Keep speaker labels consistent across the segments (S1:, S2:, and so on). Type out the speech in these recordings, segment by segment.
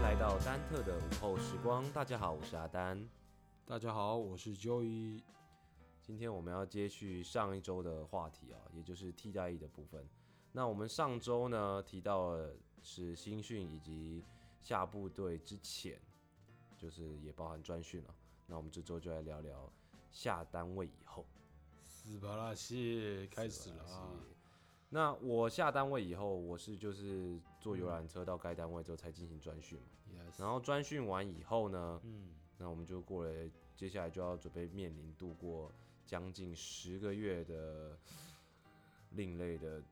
S1: 来到丹特的午后时光，大家好，我是阿丹。
S2: 大家好，我是 Joey。
S1: 今天我们要接续上一周的话题啊，也就是替代役的部分。那我们上周呢提到了是新训以及下部队之前，就是也包含专训啊。那我们这周就来聊聊下单位以后。
S2: 斯巴拉西开始了
S1: 是
S2: 啊！
S1: 那我下单位以后，我是就是坐游览车到该单位之后才进行专训嘛。
S2: Yes，
S1: 然后专训完以后呢，
S2: 嗯，
S1: 那我们就过了，接下来就要准备面临度过将近十个月的另类的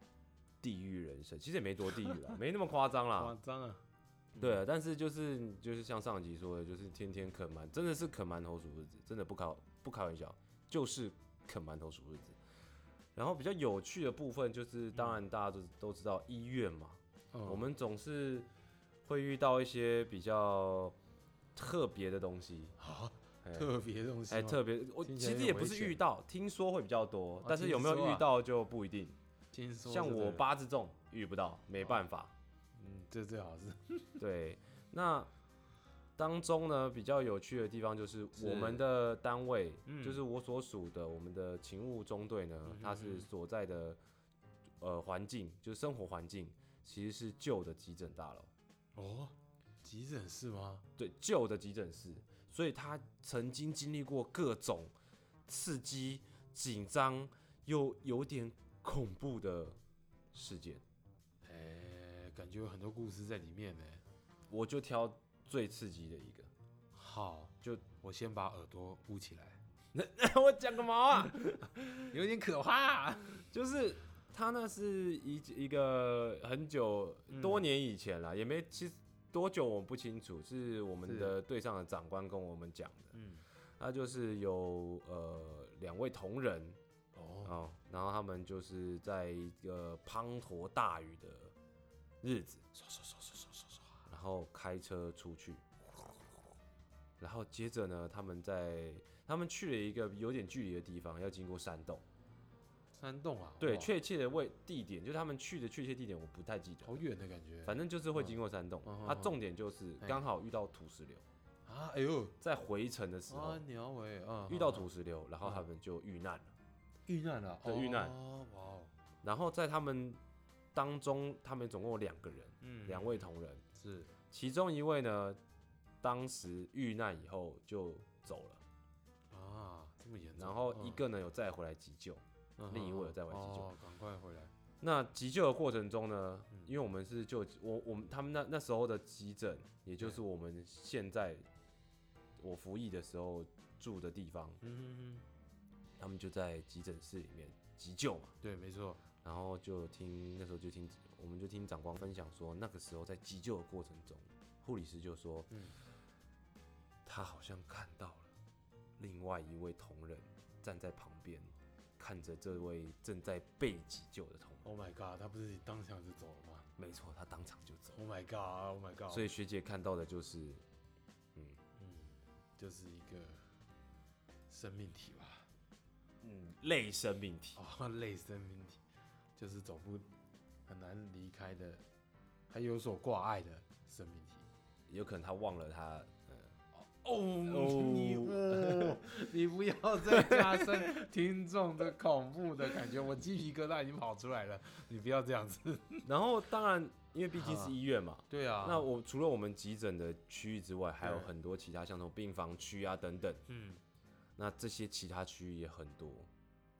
S1: 地狱人生。其实也没多地狱 啦，没那么夸张
S2: 夸
S1: 啦。
S2: 张啊！
S1: 对啊，但是就是就是像上集说的，就是天天啃馒，真的是啃馒头数日子，真的不开不开玩笑，就是啃馒头数日子。然后比较有趣的部分就是，当然大家都都知道医院嘛，
S2: 嗯
S1: 我们总是会遇到一些比较特别的东西。
S2: 啊，
S1: 哎
S2: 特别东西
S1: 哎、
S2: 吗，
S1: 特别，我
S2: 听
S1: 其
S2: 起来有
S1: 实
S2: 点
S1: 也不
S2: 危
S1: 是
S2: 险
S1: 遇到，听说会比较多，
S2: 哦
S1: 但是有没
S2: 听说
S1: 有
S2: 啊
S1: 遇到就不一定。
S2: 听说啊
S1: 像
S2: 就对
S1: 我
S2: 了，
S1: 八字重，遇不到，没办法。
S2: 嗯，这最好是
S1: 对，那当中呢比较有趣的地方就是
S2: 是
S1: 我们的单位，
S2: 嗯
S1: 就是我所属的我们的勤务中队呢，它
S2: 嗯
S1: 是所在的呃环境，就是生活环境其实是旧的急诊大楼。
S2: 哦，急诊室吗？
S1: 对旧的急诊室，所以他曾经经历过各种刺激、紧张又有点恐怖的事件。
S2: 哎，感觉有很多故事在里面呢。
S1: 我就挑最刺激的一个，
S2: 好，
S1: 就
S2: 我先把耳朵捂起来，
S1: 我讲个毛啊！
S2: 有点可怕。
S1: 就是他那是一一个很久多年以前啦，也没其实多久我不清楚，是我们的队上的长官跟我们讲的。
S2: 嗯，
S1: 他就是有呃两位同仁，
S2: 哦，
S1: 哦，然后他们就是在一个滂沱大雨的日子，
S2: 唰唰唰唰唰唰唰，
S1: 然后开车出去，然后接着呢，他们在他们去了一个有点距离的地方，要经过山洞。
S2: 山洞啊，
S1: 对，
S2: 哇
S1: 确切的位地点，就是他们去的确切地点我不太记得，
S2: 好远的感觉
S1: 反正就是会经过山洞。
S2: 嗯嗯
S1: 它
S2: 嗯
S1: 重点就是
S2: 嘿
S1: 刚好遇到土石流，
S2: 啊！哎呦，
S1: 在回程的时
S2: 啊
S1: 候
S2: 鸟尾啊，
S1: 遇到
S2: 啊
S1: 土石流，然后他们就遇难了。
S2: 遇难了，
S1: 对
S2: 哦
S1: 遇难
S2: 哇哦，
S1: 然后在他们当中，他们总共有两个人，
S2: 嗯
S1: 两位同仁。
S2: 是
S1: 其中一位呢，当时遇难以后就走了，
S2: 啊，这么严重。
S1: 然后一个呢有再回来急救。
S2: 嗯
S1: 另一位有在外急救
S2: 哦赶快回来。
S1: 那急救的过程中呢，因为我们是救我我们他们那那时候的急诊，也就是我们现在我服役的时候住的地方，
S2: 嗯，
S1: 他们就在急诊室里面急救嘛。
S2: 对，没错。
S1: 然后就听那时候就听我们就听长官分享说，那个时候在急救的过程中，护理师就说，
S2: 嗯
S1: 他好像看到了另外一位同仁站在旁边，看着这位正在被急救的同仁，
S2: Oh my god，他不是当场就走了吗
S1: 没错，他当场就走。
S2: ？Oh my god，Oh my god，
S1: 所
S2: 以
S1: 以学姐看到的就是，嗯
S2: 就是一个生命体吧，
S1: 嗯，类生命体，
S2: 哦， 类生命体，就是走不很难离开的，还有所挂碍的生命体。
S1: 有可能他忘了 他，嗯，
S2: 哦，
S1: Oh，
S2: 你 哦，你不要再加深听众的恐怖的感觉，我鸡皮疙瘩已经跑出来了。你不要这样子。
S1: 然后当然因为毕竟是医院嘛，
S2: 对啊
S1: 那我除了我们急诊的区域之外，还有
S2: 对
S1: 很多其他像什么病房区啊等等。
S2: 嗯，
S1: 那这些其他区域也很多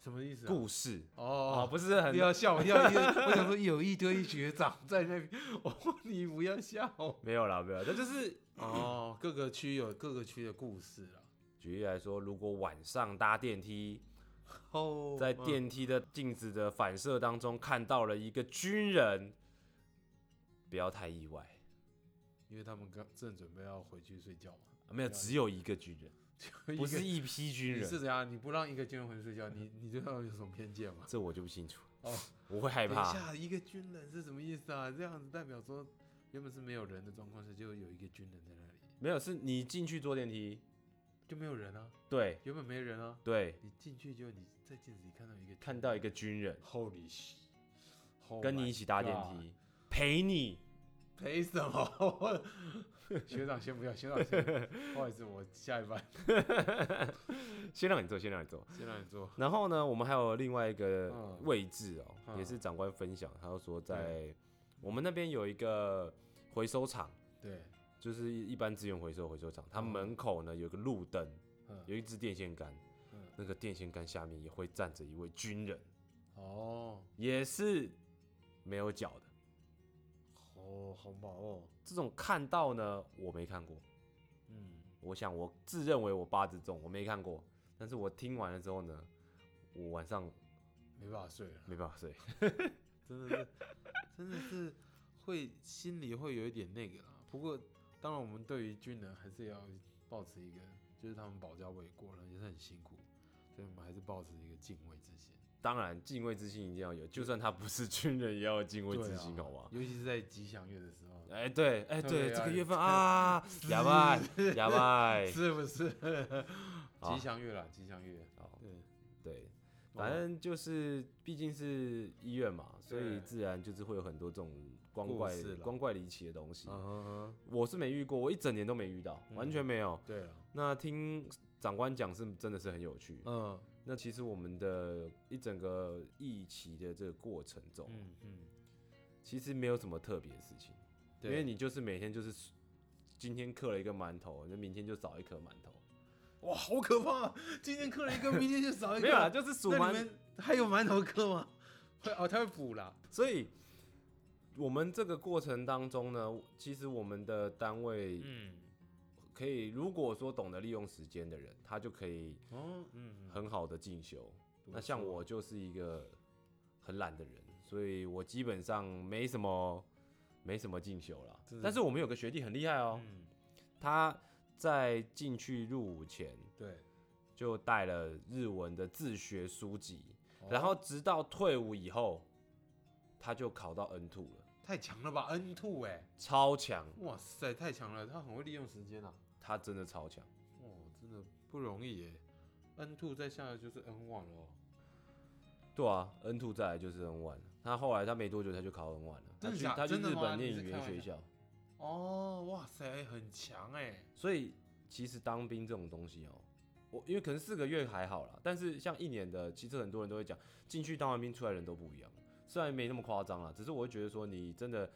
S2: 什么意思啊、
S1: 故事
S2: 哦
S1: 啊，，不是很
S2: 不要笑，不 要一，我想说有一堆学长在那边， 哦，你不要笑
S1: 没有啦，没有啦。那就是嗯
S2: 哦。各个区有各个区的故事了。
S1: 举例来说，如果晚上搭电梯，
S2: 哦，
S1: 在电梯的镜子的反射当中看到了一个军人，不要太意外，
S2: 因为他们刚正准备要回去睡觉嘛，
S1: 啊没有只有一个军人，
S2: 就一个
S1: 不是一批军
S2: 你是
S1: 人，
S2: 怎样？你不让一个军人回去睡觉，你你对他们有什么偏见吗？
S1: 这我就不清楚，
S2: 哦，
S1: 我会害
S2: 等一
S1: 怕。
S2: 下，一个军人是什么意思啊？这样子代表说原本是没有人的状况下，就有一个军人在那里，
S1: 没有，是你进去坐电梯，
S2: 就没有人啊，
S1: 对
S2: 原本没人啊，
S1: 对，
S2: 你进去就你在镜子里看到一个
S1: 看到一个军人
S2: Holy shit！Oh
S1: 跟你一起搭电梯，陪你。
S2: 陪什么？ 学长先不要，学长先，不好意思，我下一班
S1: 先让你做，先让你做。
S2: 先让你做。
S1: 然后呢，我们还有另外一个
S2: 嗯
S1: 位置哦，
S2: 嗯
S1: 也是长官分享，他就说在我们那边有一个回收厂，
S2: 对，
S1: 就是一般资源回收回收厂，它
S2: 嗯
S1: 门口呢有个路灯，
S2: 嗯
S1: 有一支电线杆，
S2: 嗯，
S1: 那个电线杆下面也会站着一位军人，
S2: 哦
S1: 也是没有脚的。
S2: 哦，好毛哦，
S1: 这种看到呢，我没看过。
S2: 嗯，
S1: 我想我自认为我八字重，我没看过，但是我听完了之后呢，我晚上
S2: 没办法睡了，
S1: 没办法睡。
S2: 真的是，真的是会心里会有一点那个啦。不过，当然我们对于军人还是要保持一个，就是他们保家卫国了，也是很辛苦，所以我们还是保持一个敬畏之心。
S1: 当然，敬畏之心一定要有，就算他不是军人，也要有敬畏之心，
S2: 对啊啊
S1: 好吗？
S2: 尤其是在吉祥月的时 候，
S1: 哎、对，哎、
S2: 对
S1: 对，
S2: 啊
S1: 这个月份啊，哑巴，哑巴，
S2: 是不是？
S1: 好
S2: 吉祥月啦，吉祥月。
S1: 好，
S2: 啊对，
S1: 对，反正就是，毕竟是医院嘛，所以
S2: 对
S1: 自然就是会有很多这种光
S2: 故
S1: 怪
S2: 事啦
S1: 光怪离奇的东西。
S2: 嗯，
S1: 我是没遇过，我一整年都没遇到，
S2: 嗯
S1: 完全没有。
S2: 对了，
S1: 那听长官讲是真的是很有趣。
S2: 嗯
S1: 那其实我们的一整个疫期的这个过程中，
S2: 嗯嗯，
S1: 其实没有什么特别的事情，因
S2: 对，
S1: 为你就是每天就是今天刻了一个馒头，那明天就少一颗馒头，
S2: 哇，好可怕、啊！今天刻了一个，明天就少一个。
S1: 没有啦，就是数
S2: 那你
S1: 馒，
S2: 们还有馒头刻 吗？会哦，他会补啦。
S1: 所以。我们这个过程当中呢，其实我们的单位
S2: 嗯，
S1: 可以，如果说懂得利用时间的人，他就可以
S2: 哦，嗯，
S1: 很好的进修。
S2: 不
S1: 那像
S2: 错
S1: 我就是一个很懒的人，所以我基本上没什么没什么进修了
S2: 真。的
S1: 但是我们有个学弟很厉害哦，
S2: 嗯，
S1: 他在进去入伍前
S2: 对，
S1: 就带了日文的自学书籍，
S2: 哦
S1: 然后直到退伍以后，他就考到 N two 了，
S2: 哦太强了吧，N two 哎，
S1: 超强，
S2: 哇塞，太强了，他很会利用时间啊，
S1: 他真的超强。
S2: 哦，真的不容易耶。N two 再下来就是 N one 了哦，
S1: 对啊，N two 再来就是 N one 了。他后来他没多久他就考 N one 了，他
S2: 真的
S1: 去
S2: 假
S1: 他去
S2: 真的
S1: 日
S2: 吗
S1: 本
S2: 你
S1: 念
S2: 是
S1: 语言
S2: 开玩
S1: 学
S2: 笑
S1: 校，
S2: 哦，哇塞，很强哎，
S1: 所以其实当兵这种东西哦、我因为可能四个月还好啦，但是像一年的，其实很多人都会讲，进去当完兵出来人都不一样。虽然没那么夸张啦，只是我会觉得说，你真的，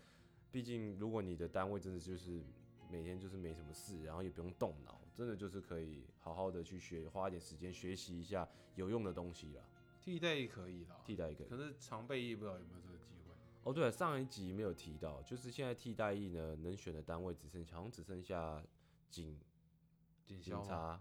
S1: 毕竟如果你的单位真的就是每天就是没什么事，然后也不用动脑，真的就是可以好好的去学，花一点时间学习一下有用的东西啦。
S2: 替代役可以啦，
S1: 替代役可以
S2: 可是常备役不知道有没有这个机会。
S1: 哦，对了，上一集没有提到，就是现在替代役呢，能选的单位只剩下好像只剩下警、
S2: 警
S1: 警
S2: 消吗
S1: 察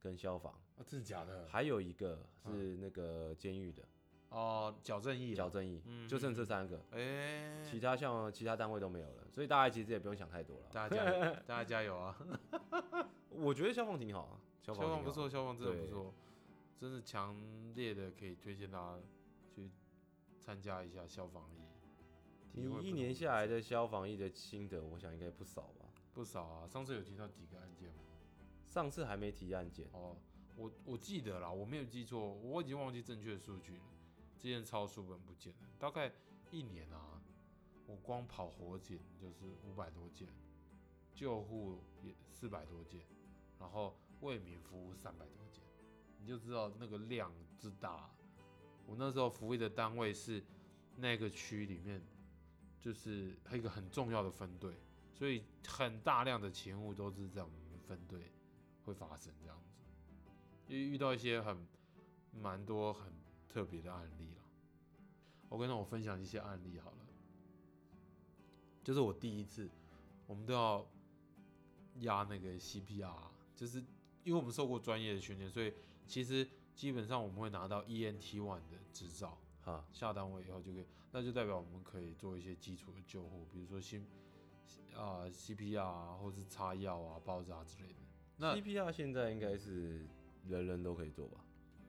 S1: 跟消防。
S2: 啊，哦真的假的？
S1: 还有一个是那个监狱的
S2: 哦，矫正役啦，
S1: 矫正役，
S2: 嗯
S1: 就剩这三个，
S2: 哎，
S1: 其他像其他单位都没有了，所以大家其实也不用想太多了。
S2: 大家加 油，大家加油啊！
S1: 我觉得消防挺好啊，消
S2: 消防
S1: 挺
S2: 不
S1: 好，
S2: 错，消防真的
S1: 对
S2: 不错，真的强烈的可以推荐大家去参加一下消防役。体会
S1: 你一
S2: 不
S1: 年
S2: 同
S1: 下来的消防役的心得，我想应该不少吧。
S2: 不少啊，上次有提到几个案件吗？
S1: 上次还没提案件，
S2: 哦，我我记得啦，我没有记错，我已经忘记正确的数据了。之前抄书本不见了，大概一年啊，我光跑火警就是五百多件，救护也四百多件，然后为民服务三百多件，你就知道那个量之大。我那时候服役的单位是那个区里面，就是一个很重要的分队，所以很大量的勤务都是在我们分队会发生这样子，因为遇到一些很蛮多很特别的案例了。我跟我分享一些案例好了，就是我第一次，我们都要压那个 CPR，就是因为我们受过专业的训练，所以其实基本上我们会拿到 ENT one 的执照，
S1: 哈，
S2: 下单位以后就可以，那就代表我们可以做一些基础的救护，比如说心啊、CPR 啊，或是擦药啊、包扎之类的。那
S1: CPR 现在应该是人人都可以做吧？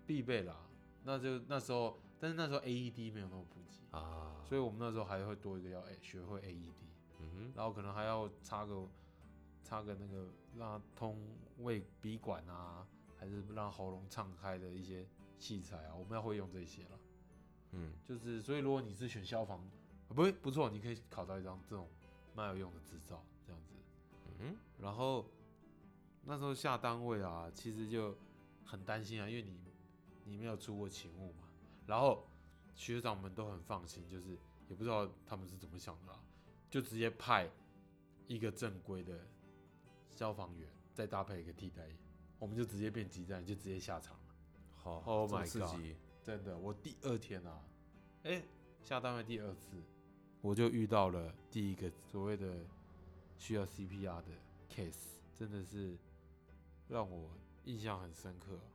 S2: 必备啦。那就那时候，但是那时候 AED 没有那么普及，
S1: 啊，
S2: 所以我们那时候还会多一个要哎学会 AED，
S1: 嗯
S2: 然后可能还要插个插个那个让它通胃鼻管啊，还是让喉咙敞开的一些器材啊，我们要会用这些了。
S1: 哼，嗯，
S2: 就是所以如果你是选消呃防，啊不不错，你可以考到一张这种蛮有用的执照，这样子。
S1: 嗯
S2: 然后那时候下单位啊，其实就很担心啊，因为你你没有出过勤务嘛。然后学长们都很放心，就是也不知道他们是怎么想的啦，啊就直接派一个正规的消防员，再搭配一个替代役，我们就直接变集战，就直接下场了。
S1: 好
S2: Oh
S1: 这么
S2: my
S1: 刺
S2: God
S1: 激
S2: 真的，我第二天啊，哎、下单位第二次，我就遇到了第一个所谓的需要 CPR 的 case，真的是让我印象很深刻啊、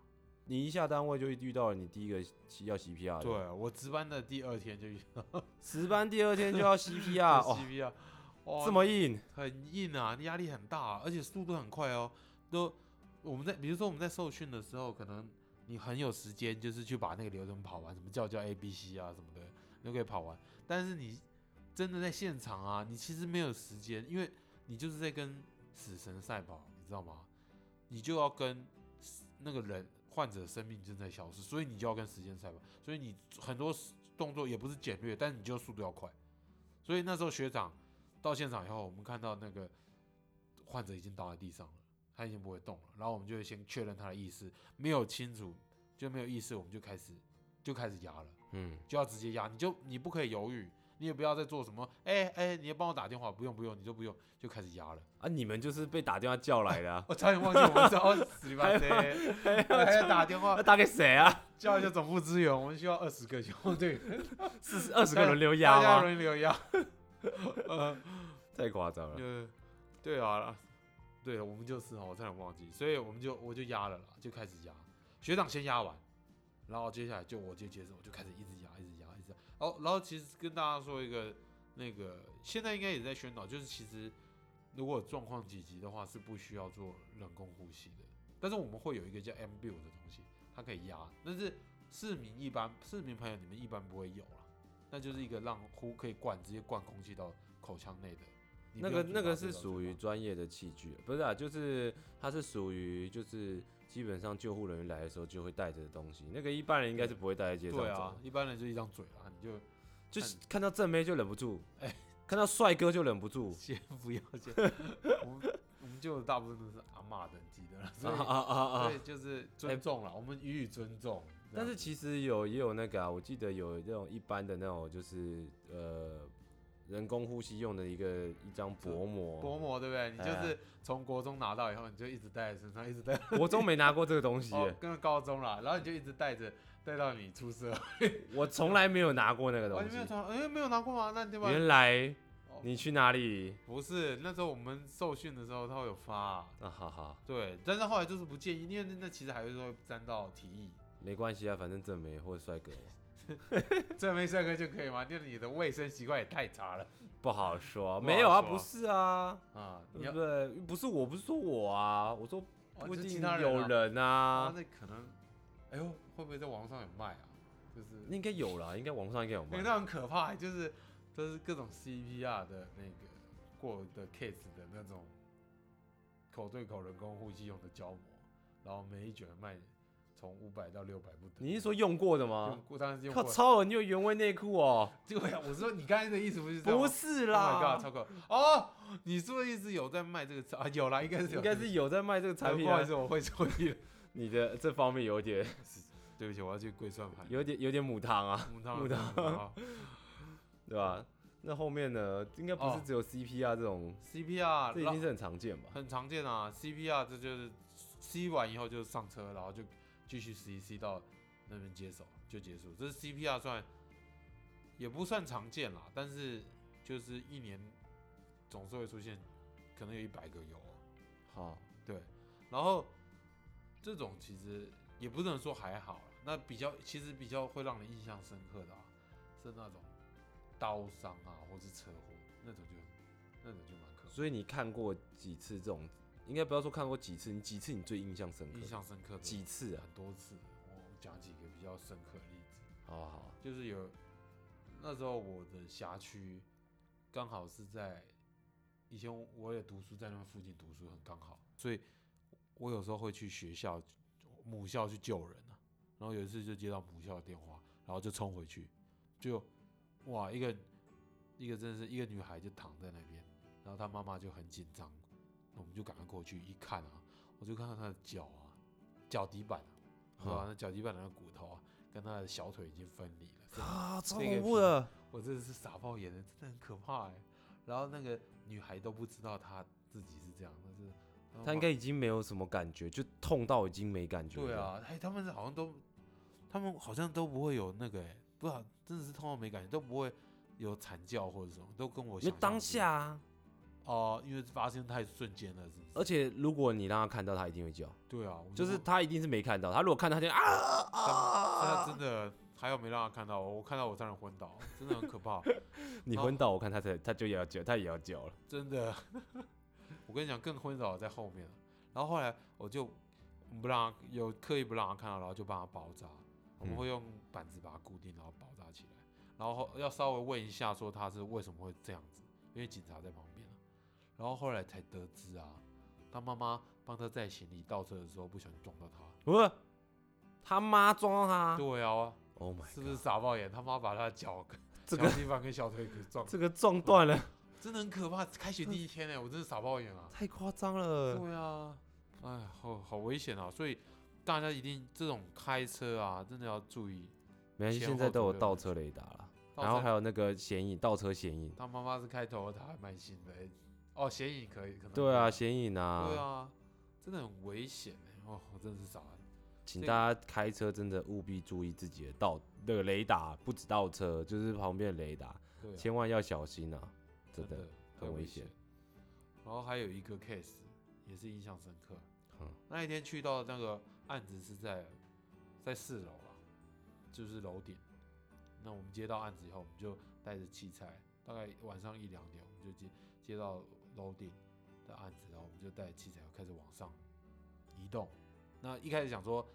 S1: 你一下单位就遇到了你第一个要 CPR 的，，
S2: 对啊我值班的第二天就遇到
S1: 值班第二天就要
S2: 啊
S1: CPR，哦，
S2: CPR，哦，
S1: 这么硬，
S2: 很硬啊，压力很大啊、而且速度很快哦。都我们在比如说我们在受训的时候，可能你很有时间，就是去把那个流程跑完，什么叫叫 A B C 啊什么的，你都可以跑完。但是你真的在现场啊，你其实没有时间，因为你就是在跟死神赛跑，你知道吗？你就要跟死那个人患者生命正在消失，所以你就要跟时间赛跑，所以你很多动作也不是简略，但你就速度要快。所以那时候学长到现场以后，我们看到那个患者已经倒在地上了，他已经不会动了，然后我们就会先确认他的意识，没有清楚就没有意识，我们就开始就开始压了，
S1: 嗯，
S2: 就要直接压，你就你不可以犹豫，你也不要再做什么，哎、哎、你也帮我打电话，不用不用，你就不用，就开始压了。，
S1: 啊，你们就是被打电话叫来的、啊
S2: 我差点忘记我们是二十八 C，还要打电
S1: 那
S2: 话
S1: 打给谁 啊？
S2: 叫一下总部支援，我们需要二十个兄弟，
S1: 四二十个轮流压
S2: 大家
S1: 吗？
S2: 轮流压。 呃
S1: 太夸张了，
S2: 呃，对啊，对，我们就是哦，我差点忘记，所以我们就我就压了啦，就开始压，学长先压完，然后接下来就我就接着，我就开始一直压，一直压，一直压。哦，然后其实跟大家说一个，那个现在应该也在宣导，就是其实如果有状况紧急的话是不需要做人工呼吸的，但是我们会有一个叫 M b u 的东西，它可以压，但是市民一般市民朋友你们一般不会有啦，那就是一个让呼可以灌直接灌空气到口腔内的。你
S1: 那
S2: 不
S1: 个
S2: 用去
S1: 那
S2: 拿
S1: 个
S2: 这
S1: 是属于专业的器具，不是啊，就是它是属于就是基本上救护人员来的时候就会带着的东西，那个一般人应该是不会带在街上走
S2: 对
S1: 的，
S2: 啊，一般人就一张嘴啦，你就
S1: 就是看到正妹就忍不住，
S2: 哎
S1: 看到帅哥就忍不住，
S2: 先不要 先，我们我们就大部分都是阿嬷等级的 啦， 所
S1: 啊
S2: 以、
S1: 啊啊啊！哎
S2: 所以就是尊重啦，我们予以尊重。这
S1: 但
S2: 样
S1: 是其实有也有那个啊，我记得有那种一般的那种，就是呃人工呼吸用的一个一张薄膜，
S2: 薄膜对不对？你
S1: 哎
S2: 就是从国中拿到以后，你就一直带在身上，一直带到
S1: 国中没拿过这个东西耶，
S2: 哦跟到高中啦，然后你就一直带着，带到你出社会。
S1: 我从来没有拿过那个
S2: 哦，
S1: 东
S2: 你
S1: 西
S2: 没。有拿，哎，没有拿过吗？那对吧？
S1: 原来
S2: 哦
S1: 你去哪里？
S2: 不是，那时候我们受训的时候他会有发啊、
S1: 啊，好好，
S2: 对，但是后来就是不建议，因为那其实还是会沾到体液。
S1: 没关系啊，反正正美或者帅哥
S2: 这没帅哥就可以吗？就是你的卫生习惯也太差了
S1: 不好说，
S2: 不好
S1: 没有啊，
S2: 说
S1: 不是啊，
S2: 啊！你
S1: 对
S2: 要
S1: 不对？不是我，不是说我啊，我说
S2: 哦
S1: 不一
S2: 你说
S1: 定
S2: 其他人啊
S1: 有人
S2: 啊
S1: 啊，，
S2: 那可能，哎呦，会不会在网上有卖啊？就是
S1: 应该有啦，应该网上应该有
S2: 那
S1: 卖
S2: 个。那很可怕，就是都是各种 CPR 的那个过的 case 的那种口对口人工呼吸用的胶膜，然后每一卷卖从五百到六百不等。
S1: 你是说用过的吗
S2: 用？过？当然是用
S1: 靠，
S2: 过。
S1: 超恶，你有原味内裤哦？
S2: 对啊，我说你刚才的意思不是这样吗
S1: 不是
S2: Oh my
S1: 啦
S2: god，超可哦！你说的意思有在卖这个词啊？有啦，应该是有，
S1: 应该是有在卖这个
S2: 呃
S1: 产品
S2: 不好
S1: 啊
S2: 意。思，我会错意了。
S1: 你的这方面有点
S2: 对不起，我要去跪算盘。
S1: 有点有点母汤啊，
S2: 母汤，
S1: 母汤
S2: 汤
S1: 对吧？那后面呢？应该不是
S2: 哦
S1: 只有 CPR 这种，
S2: ，CPR
S1: 这已经
S2: 然
S1: 是很常见吧？
S2: 很常见啊。CPR 这就是 C 完以后就上车，然后就继续 CC 到那边接手就结束。这是 CPR 算也不算常见啦，但是就是一年总是会出现，可能有一百个有哦、
S1: 好，
S2: 对，然后这种其实也不能说还好啦，啊那比较其实比较会让人印象深刻的、啊、是那种刀伤啊，或是车祸那种就那种就蛮可
S1: 所以你看过几次这种？应该不要说看过几次，你几次你最印象深刻？
S2: 印象深刻的
S1: 几次啊？
S2: 很多次，我讲几个比较深刻的例子，
S1: 好好好，
S2: 就是有那时候我的辖区刚好是在以前我也读书在那附近读书很刚好，所以我有时候会去学校母校去救人啊。然后有一次就接到母校的电话，然后就冲回去，就哇一个一个真的是一个女孩就躺在那边，然后她妈妈就很紧张，我们就赶快过去一看啊，我就看到他的脚啊，脚底板啊，对吧、那脚底板的那个骨头啊，跟他的小腿已经分离了， 真的
S1: 啊，超
S2: 这个
S1: 恐怖
S2: 是
S1: 的，
S2: 我真的是傻爆眼了，真的很可怕哎、然后那个女孩都不知道她自己是这样，但是然后
S1: 他应
S2: 马
S1: 该已经没有什么感觉，就痛到已经没感觉。
S2: 对，啊，哎，他们好像都，他们好像都不会有那个哎、不知道真的是痛到没感觉，都不会有惨叫或者什么，都跟我
S1: 因
S2: 想
S1: 为当
S2: 象是
S1: 下啊，
S2: 哦、因为发生太瞬间了，是不是？
S1: 而且如果你让他看到，他一定会叫，
S2: 对啊，我们
S1: 就是
S2: 说
S1: 他一定是没看到，他如果看到他就啊，
S2: 他他真的还有没让他看到我，我看到我差点昏倒，真的很可怕，
S1: 你
S2: 哦
S1: 昏倒，我看他才他就也要叫，他也要叫了。
S2: 真的。 我跟你讲，更昏倒的在后面了。然后后来我就不让他有刻意不让他看到，然后就帮他包扎。我们
S1: 嗯
S2: 会用板子把它固定，然后包扎起来。然后要稍微问一下，说他是为什么会这样子，因为警察在旁边啊。然后后来才得知啊，他妈妈帮他载行李倒车的时候不小心撞到他。
S1: 我他妈撞到他
S2: 哦对啊，
S1: ，Oh my，
S2: 是不是傻爆眼？他妈把他的脚跟
S1: 这
S2: 脚
S1: 个
S2: 地方跟小腿给撞，
S1: 这个撞断了，
S2: 真的很可怕。开学第一天呢、欸我真的傻爆眼啊！
S1: 太夸张了。
S2: 对啊，哎，好好危险啊！所以大家一定这种开车啊，真的要注意。
S1: 没关系，
S2: 前
S1: 现在
S2: 后
S1: 都
S2: 左
S1: 有
S2: 右
S1: 倒
S2: 的
S1: 车雷达了，
S2: 到
S1: 然后
S2: 时
S1: 还有那个显影倒车显影，
S2: 他妈妈是开头，他还蛮新的欸、哦，显影可以，可能
S1: 对啊，
S2: 可
S1: 显影
S2: 以
S1: 啊，
S2: 对啊，真的很危险欸哦，我真的是傻眼。
S1: 请
S2: 这
S1: 大家开车真的务必注意自己的倒那个雷达，不止倒车，就是旁边的雷达，
S2: 对啊、
S1: 千万要小心啊！真的
S2: 的，
S1: 很危
S2: 危
S1: 险。
S2: 然后还有一个 case 也是印象深刻，
S1: 嗯
S2: 那一天去到那个案子是在在四楼啦，就是楼顶。那我们接到案子以后，我们就带着器材，大概晚上一两点，我们就接接到楼顶的案子，然后我们就带着器材开始往上移动。那一开始想说，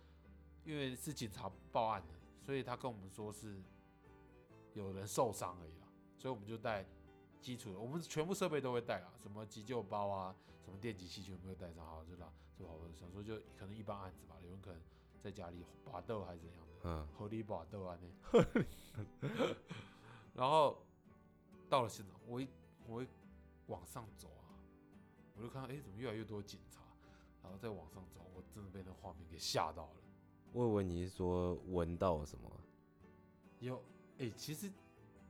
S2: 因为是警察报案的，所以他跟我们说是有人受伤而已啦，所以我们就带基础的，我们全部设备都会带啊，什么急救包啊，什么电击器全部都带上，好就啦，就好。想说就可能一般案子吧，有人可能在家里拔豆还是怎样的，
S1: 嗯，
S2: 合理把斗啊那。 然后到了现场，我一我一往上走啊，我就看到哎、诶怎么越来越多警察，然后再往上走，我真的被那画面给吓到了。
S1: 我以为你是说闻到了什么，
S2: 有哎、其实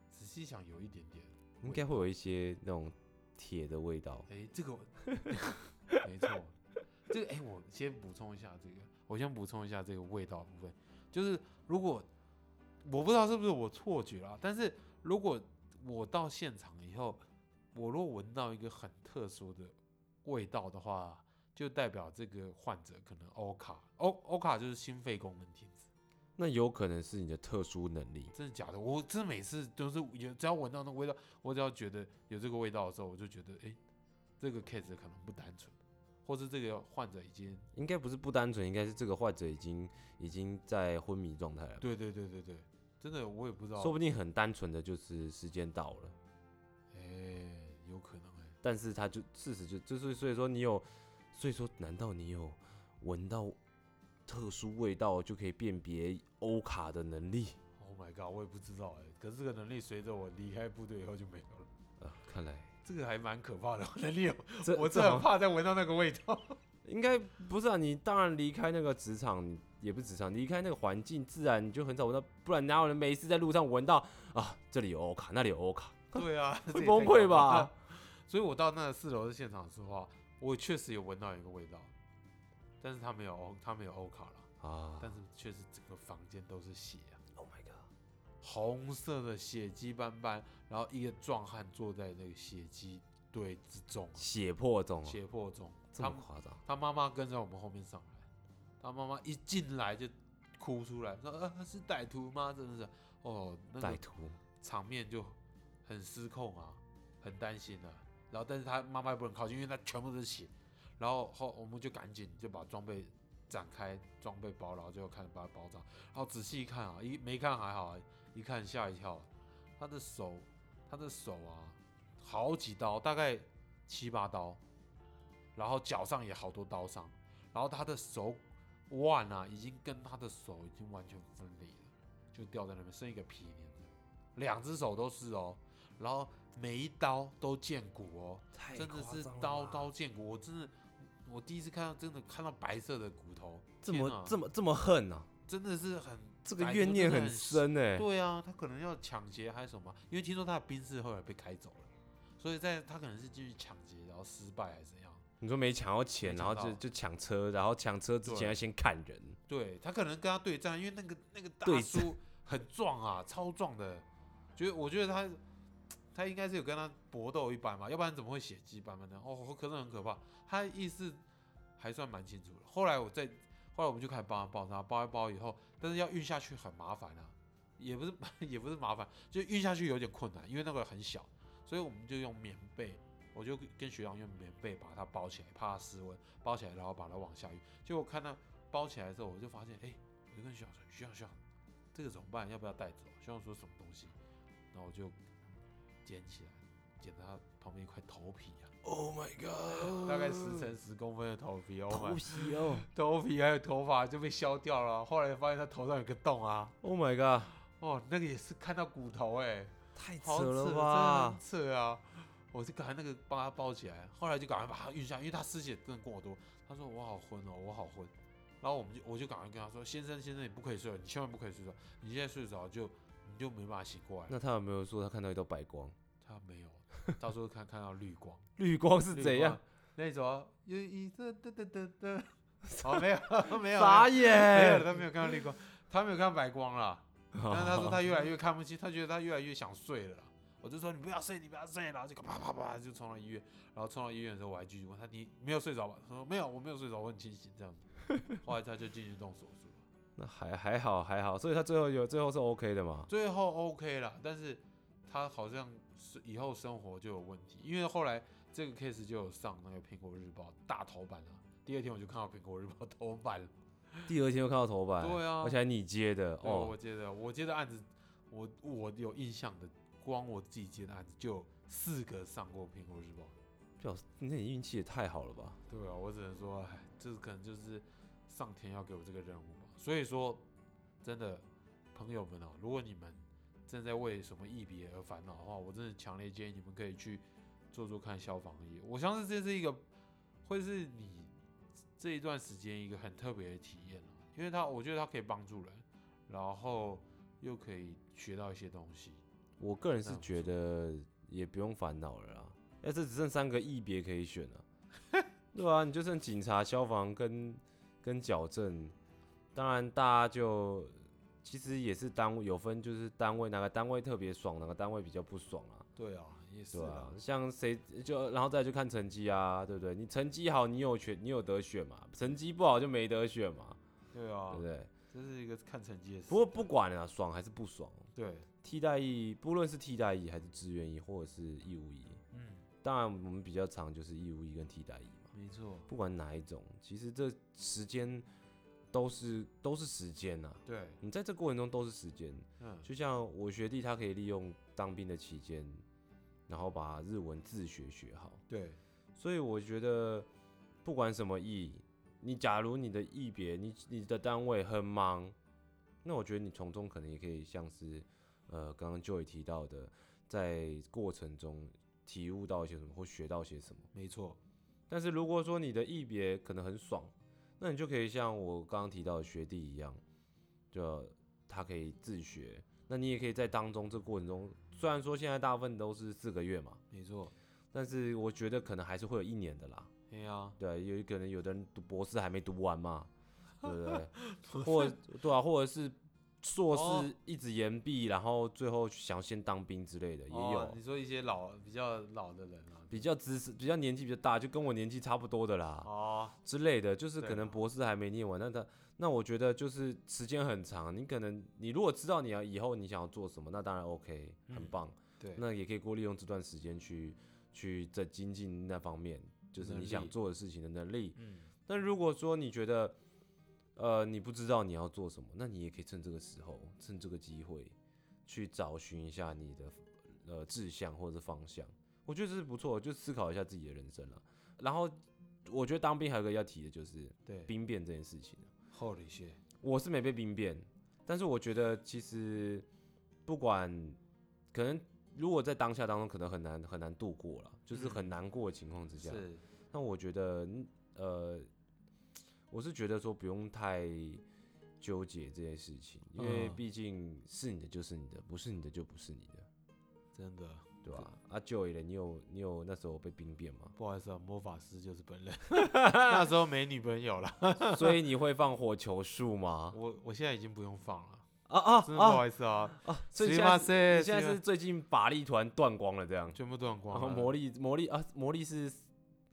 S2: 仔细想有一点点，
S1: 应该会有一些那种铁的味道。
S2: 哎、这个我没错，这个哎、我先补充一下这个，我先补充一下这个味道的部分，就是如果我不知道是不是我错觉啦，但是如果我到现场以后，我若闻到一个很特殊的味道的话，就代表这个患者可能欧卡，欧欧卡就是心肺功能停止，
S1: 那有可能是你的特殊能力，
S2: 真的假的？我真的每次都是有，只要闻到那个味道，我只要觉得有这个味道的时候，我就觉得，哎、这个 case 可能不单纯，或是这个患者已经，
S1: 应该不是不单纯，应该是这个患者已经已经在昏迷状态了，
S2: 对对对对对，真的我也不知道，
S1: 说不定很单纯的就是时间到了，
S2: 哎、有可能哎、
S1: 但是他就事实就就是所以说你有，所以说难道你有闻到特殊味道就可以辨别欧卡的能力？
S2: Oh my god，我也不知道哎、可是这个能力随着我离开部队以后就没有了，
S1: 呃，看来
S2: 这个还蛮可怕的能力有，
S1: 这
S2: 我
S1: 这
S2: 真
S1: 好
S2: 的很怕再闻到那个味道。
S1: 应该不是啊，你当然离开那个职场，你也不是职场，离开那个环境，自然你就很少闻到，不然哪有人没事在路上闻到啊？这里有欧卡，那里有欧卡，
S2: 对啊，这
S1: 会
S2: 也
S1: 崩
S2: 太
S1: 溃
S2: 可怕
S1: 吧？
S2: 所以我到那四楼的现场的时候啊，我确实有闻到一个味道，但是他没有欧，他没有欧卡了，
S1: 啊
S2: 但是确实整个房间都是血啊，
S1: ！Oh my god！
S2: 红色的血迹斑斑，然后一个壮汉坐在那个血迹堆之中，
S1: 血破中啊，
S2: 胁迫中，
S1: 这
S2: 他
S1: 么
S2: 们
S1: 夸张？
S2: 他妈妈跟在我们后面上来，他妈妈一进来就哭出来，说：“呃，是歹徒吗？真的是，哦，那个
S1: 歹徒
S2: 场面就很失控啊，很担心啊。然后，但是他妈妈也不能靠近，因为他全部都是血。然后后我们就赶紧就把装备展开，装备包，然后就开始把它包扎。然后仔细一看啊，一没看还好啊，一看吓一跳，他的手，他的手啊，好几刀，大概七八刀，然后脚上也好多刀伤，然后他的手腕啊，已经跟他的手已经完全分离了，就掉在那边，剩一个皮连着，两只手都是哦。然后每一刀都见骨哦，
S1: 太
S2: 真的
S1: 夸
S2: 是
S1: 张了
S2: 刀
S1: 吧
S2: 刀见骨，我真的我第一次看到真的看到白色的骨头，
S1: 这
S2: 天
S1: 么
S2: 哪
S1: 这么这么恨啊！
S2: 真的是很
S1: 这个
S2: 白骨
S1: 怨念
S2: 真的
S1: 很
S2: 很
S1: 深哎、
S2: 对啊，他可能要抢劫还是什么？因为听说他的兵士后来被开走了，所以在他可能是继续抢劫，然后失败还是怎样？
S1: 你说没抢到钱，
S2: 没
S1: 然后
S2: 抢
S1: 就
S2: 到
S1: 就抢车，然后抢车之前
S2: 对
S1: 要先砍人，
S2: 对他可能跟他对战，因为那个那个大
S1: 对战
S2: 叔很壮啊，超壮的，觉得我觉得他他应该是有跟他搏斗一般嘛，要不然怎么会血迹斑斑呢？哦，可是很可怕，他意识还算蛮清楚的。后来我在后来我们就开始帮他包扎，包一包以后，但是要运下去很麻烦啊，也不是 也不是麻烦，就运下去有点困难，因为那个很小，所以我们就用棉被。我就跟学长用棉被把它包起来，怕它失温，包起来，然后把它往下运。结果看到包起来之后，我就发现，哎、我就跟学长说，学长学长，这个怎么办？要不要带走？学长说什么东西？然后我就捡起来，捡他旁边一块头皮啊，
S1: Oh my god！
S2: 大概十乘十公分的头皮，Oh
S1: 头
S2: my，
S1: 皮 哦
S2: 头皮还有头发就被削掉了。啊后来发现他头上有个洞啊，
S1: ，Oh my god！
S2: 哦，那个也是看到骨头哎、
S1: 太
S2: 好
S1: 扯了
S2: 真的
S1: 吧
S2: 很！扯啊！我就赶快那个帮他包起来，后来就赶快把他运下，因为他失血真的过多。他说我好昏哦，我好昏。然后我们就我就赶快跟他说，先生先生，你不可以睡了，你千万不可以睡着，你现在睡着就你就没办法醒过来。
S1: 那他有没有说他看到一道白光？
S2: 他没有，到时候看看到绿光
S1: 绿光是
S2: 绿
S1: 怎样
S2: 光？那种啊有一噔噔噔噔噔，哦没有没 有
S1: 傻
S2: 没有
S1: 眼！
S2: 他没有看到绿光，他没有看到白光啦。但是他说他越来越看不清，他觉得他越来越想睡了啦。我就说你不要睡，你不要睡，然后就啪啪啪就冲到医院，然后冲到医院的时候我还继续问他你没有睡着吧？他说没有，我没有睡着，我很清醒这样子。后来他就进去动手术，
S1: 那还还好还好，所以他最后有最后是 OK 的嘛？
S2: 最后 OK 了，但是他好像是以后生活就有问题，因为后来这个 case 就有上那个苹果日报大头版啊。第二天我就看到苹果日报头版了，
S1: 第二天又看到头版，
S2: 对啊
S1: 而且还你接的
S2: 对，
S1: 哦
S2: 我，接的我接的案子，我我有印象的，光我自己接的案子就有四个上过苹果日报。
S1: 表示那你运气也太好了吧？
S2: 对啊，我只能说，哎，这可能就是上天要给我这个任务吧。所以说，真的朋友们哦，如果你们正在为什么一别而烦恼的话，我真的强烈建议你们可以去做做看消防业。我相信这是一个会是你这一段时间一个很特别的体验啊因为它我觉得它可以帮助人，然后又可以学到一些东西。
S1: 我个人
S2: 那
S1: 是
S2: 不
S1: 觉
S2: 错
S1: 得也不用烦恼了啦，哎，这只剩三个异别可以选了、对啊，你就剩警察、消防跟跟矫正，当然大家就其实也是单位有分，就是单位哪个单位特别爽，哪个单位比较不爽啊。
S2: 对啊，也是
S1: 对啊
S2: 啊，，
S1: 像谁就然后再来就看成绩啊，对不对？你成绩好，你有权，你有得选嘛；成绩不好就没得选嘛，
S2: 对啊
S1: 对不，对？
S2: 这是一个看成绩的时代。
S1: 不过不管了、爽还是不爽，啊
S2: 对，
S1: 替代役不论是替代役还是志愿役或者是义务役，
S2: 嗯，
S1: 当然我们比较常就是义务役跟替代役嘛，
S2: 没错。
S1: 不管哪一种，其实这时间都是都是时间呐、
S2: 对，
S1: 你在这过程中都是时间，
S2: 嗯，
S1: 就像我学弟他可以利用当兵的期间，然后把日文自学学好。
S2: 对，
S1: 所以我觉得不管什么役，你假如你的役别，你你的单位很忙，那我觉得你从中可能也可以像是呃刚刚 Joy 提到的，在过程中体悟到一些什么或学到些什么。
S2: 没错，
S1: 但是如果说你的役别可能很爽，那你就可以像我刚刚提到的学弟一样，就他可以自学，那你也可以在当中这过程中，虽然说现在大部分都是四个月嘛，
S2: 没错。
S1: 但是我觉得可能还是会有一年的啦。
S2: 哎呀，
S1: 对，啊有可能有的人读博士还没读完嘛，对 不对？或对啊，或者是硕
S2: 哦
S1: 士一直延毕，然后最后想先当兵之类的也有。
S2: 哦你说一些老比较老的人啊，
S1: 比较资深、比较年纪比较大，就跟我年纪差不多的啦、
S2: 哦，
S1: 之类的，就是
S2: 对哦
S1: 可能
S2: 啦
S1: 博士还没念完，那他那我觉得就是时间很长，你可能你如果知道你要以后你想要做什么，那当然 OK，很
S2: 嗯
S1: 棒。
S2: 对，
S1: 那也可以多利用这段时间去去在精进那方面，就是
S2: 能
S1: 你想
S2: 力
S1: 做的事情的能力。
S2: 嗯，
S1: 但如果说你觉得，呃，你不知道你要做什么，那你也可以趁这个时候，趁这个机会，去找寻一下你的呃志向或者方向。我觉得这是不错，就思考一下自己的人生了。然后，我觉得当兵还有一个要提的就是
S2: 对，
S1: 兵变这件事情。
S2: 厚了一些，
S1: 我是没被兵变，但是我觉得其实不管可能如果在当下当中可能很难很难度过了，就是很难过的情况之下，
S2: 是
S1: 那我觉得，嗯呃，我是觉得说不用太纠结这些事情，因为
S2: 嗯
S1: 毕竟是你的就是你的，不是你的就不是你的，
S2: 真的。？
S1: 对吧、啊？就 o 嘞，你有你有那时候被兵变 吗
S2: 不好意思啊，魔法师就是本 人，那时候没女朋友了。
S1: 所以你会放火球术吗？
S2: 我我现在已经不用放了，
S1: 啊啊
S2: 真的不
S1: 啊！
S2: 好意思啊。
S1: 所以你现在
S2: 马
S1: 是
S2: 塞，
S1: 你现在是最近法力突然断光了这样，
S2: 全部断
S1: 然
S2: 光
S1: 后
S2: 了，
S1: 魔力魔力啊魔力是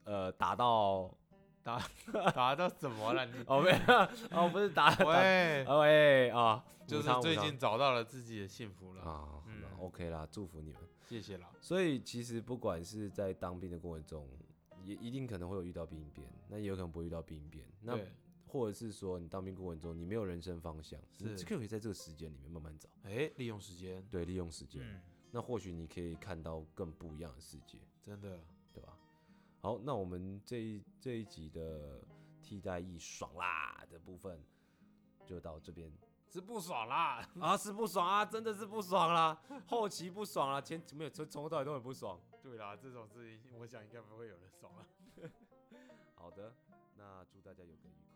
S1: 呃打到
S2: 打到什么了？你
S1: 哦没有哦不是打打
S2: 喂，
S1: 哦喂啊，
S2: 就
S1: 无
S2: 是
S1: 伤无
S2: 最
S1: 伤
S2: 近找到了自己的幸福了，
S1: 啊，
S2: 嗯
S1: 那 OK 啦，祝福你们。
S2: 谢谢啦。
S1: 所以其实不管是在当兵的过程中，也一定可能会有遇到兵变，那也有可能不会遇到兵变。那
S2: 对，
S1: 或者是说你当兵过程中你没有人生方向，你
S2: 是
S1: 就可以在这个时间里面慢慢找，
S2: 哎，利用时间，
S1: 对，利用时间，
S2: 嗯，
S1: 那或许你可以看到更不一样的世界，
S2: 真的，
S1: 对吧？好，那我们这一这一集的替代役爽啦的部分就到这边。
S2: 是不爽啦。
S1: 啊，是不爽啊，真的是不爽啦，后期不爽啦，前没有从从头到尾都很不爽。
S2: 对啦，这啊种事情我想应该不会有人爽了。
S1: 好的，那祝大家有个愉快。